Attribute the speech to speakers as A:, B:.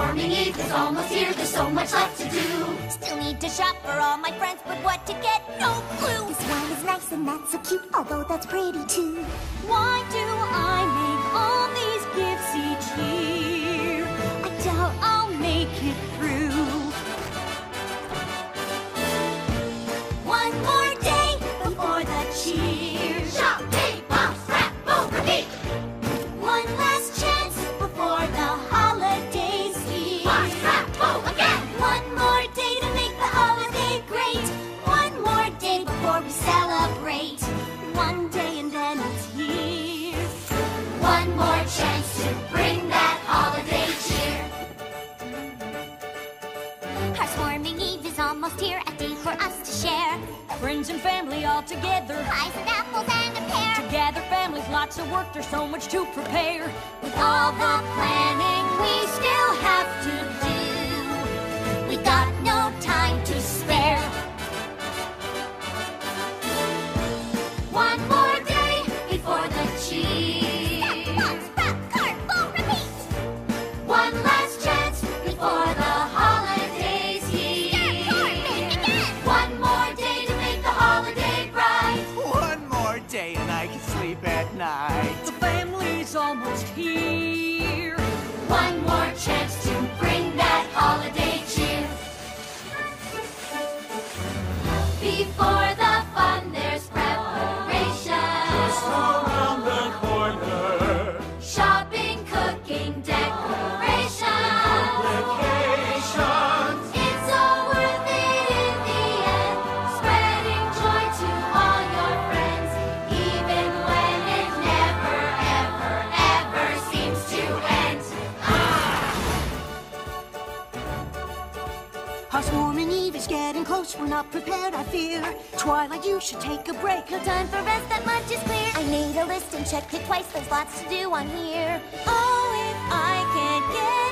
A: It's almost here, there's so much left to do.
B: Still need to shop for all my friends, but what to get? No clue.
C: This one is nice and that's so cute, although that's pretty too.
B: Why do I make all these gifts each year? I doubt I'll make it through. One more day before the cheer.
A: Shop, big bump, scrap, boom, repeat.
B: One last chance before the holidays here.
A: Wash, scrap, boom, again.
B: One more day to make the holiday great. One more day before we celebrate. One day and then it's here.
A: One more chance to bring that holiday cheer.
B: Our swarming eve is almost here, a day for us to share.
D: Friends and family all together.
B: Pies and apples and a pear.
D: Gather families, lots of work, there's so much to prepare.
B: With all the planning we still have to do, we got no time to spare.
A: One more day before the cheer.
B: Box, wrap, card, bowl, repeat.
A: One last chance before the holidays
B: Step forward, make
A: here.
B: again.
A: One more day to make the holiday bright.
E: One more day and I can sleep at night.
D: The family's almost here.
A: One more chance to bring that holiday cheer. Before the fun, there's preparation.
F: around the corner.
A: Shopping, cooking, decoration.
F: Vacations.
A: It's all worth it in the end. Spreading joy to all your friends. Even when it never, ever, ever seems to end.
C: Housewarming Eve is getting close, we're not prepared, I fear. Twilight, you should take a break.
B: No time for rest, that much is clear. I made a list and checked it twice, there's lots to do on here. Oh, if I can't get oh,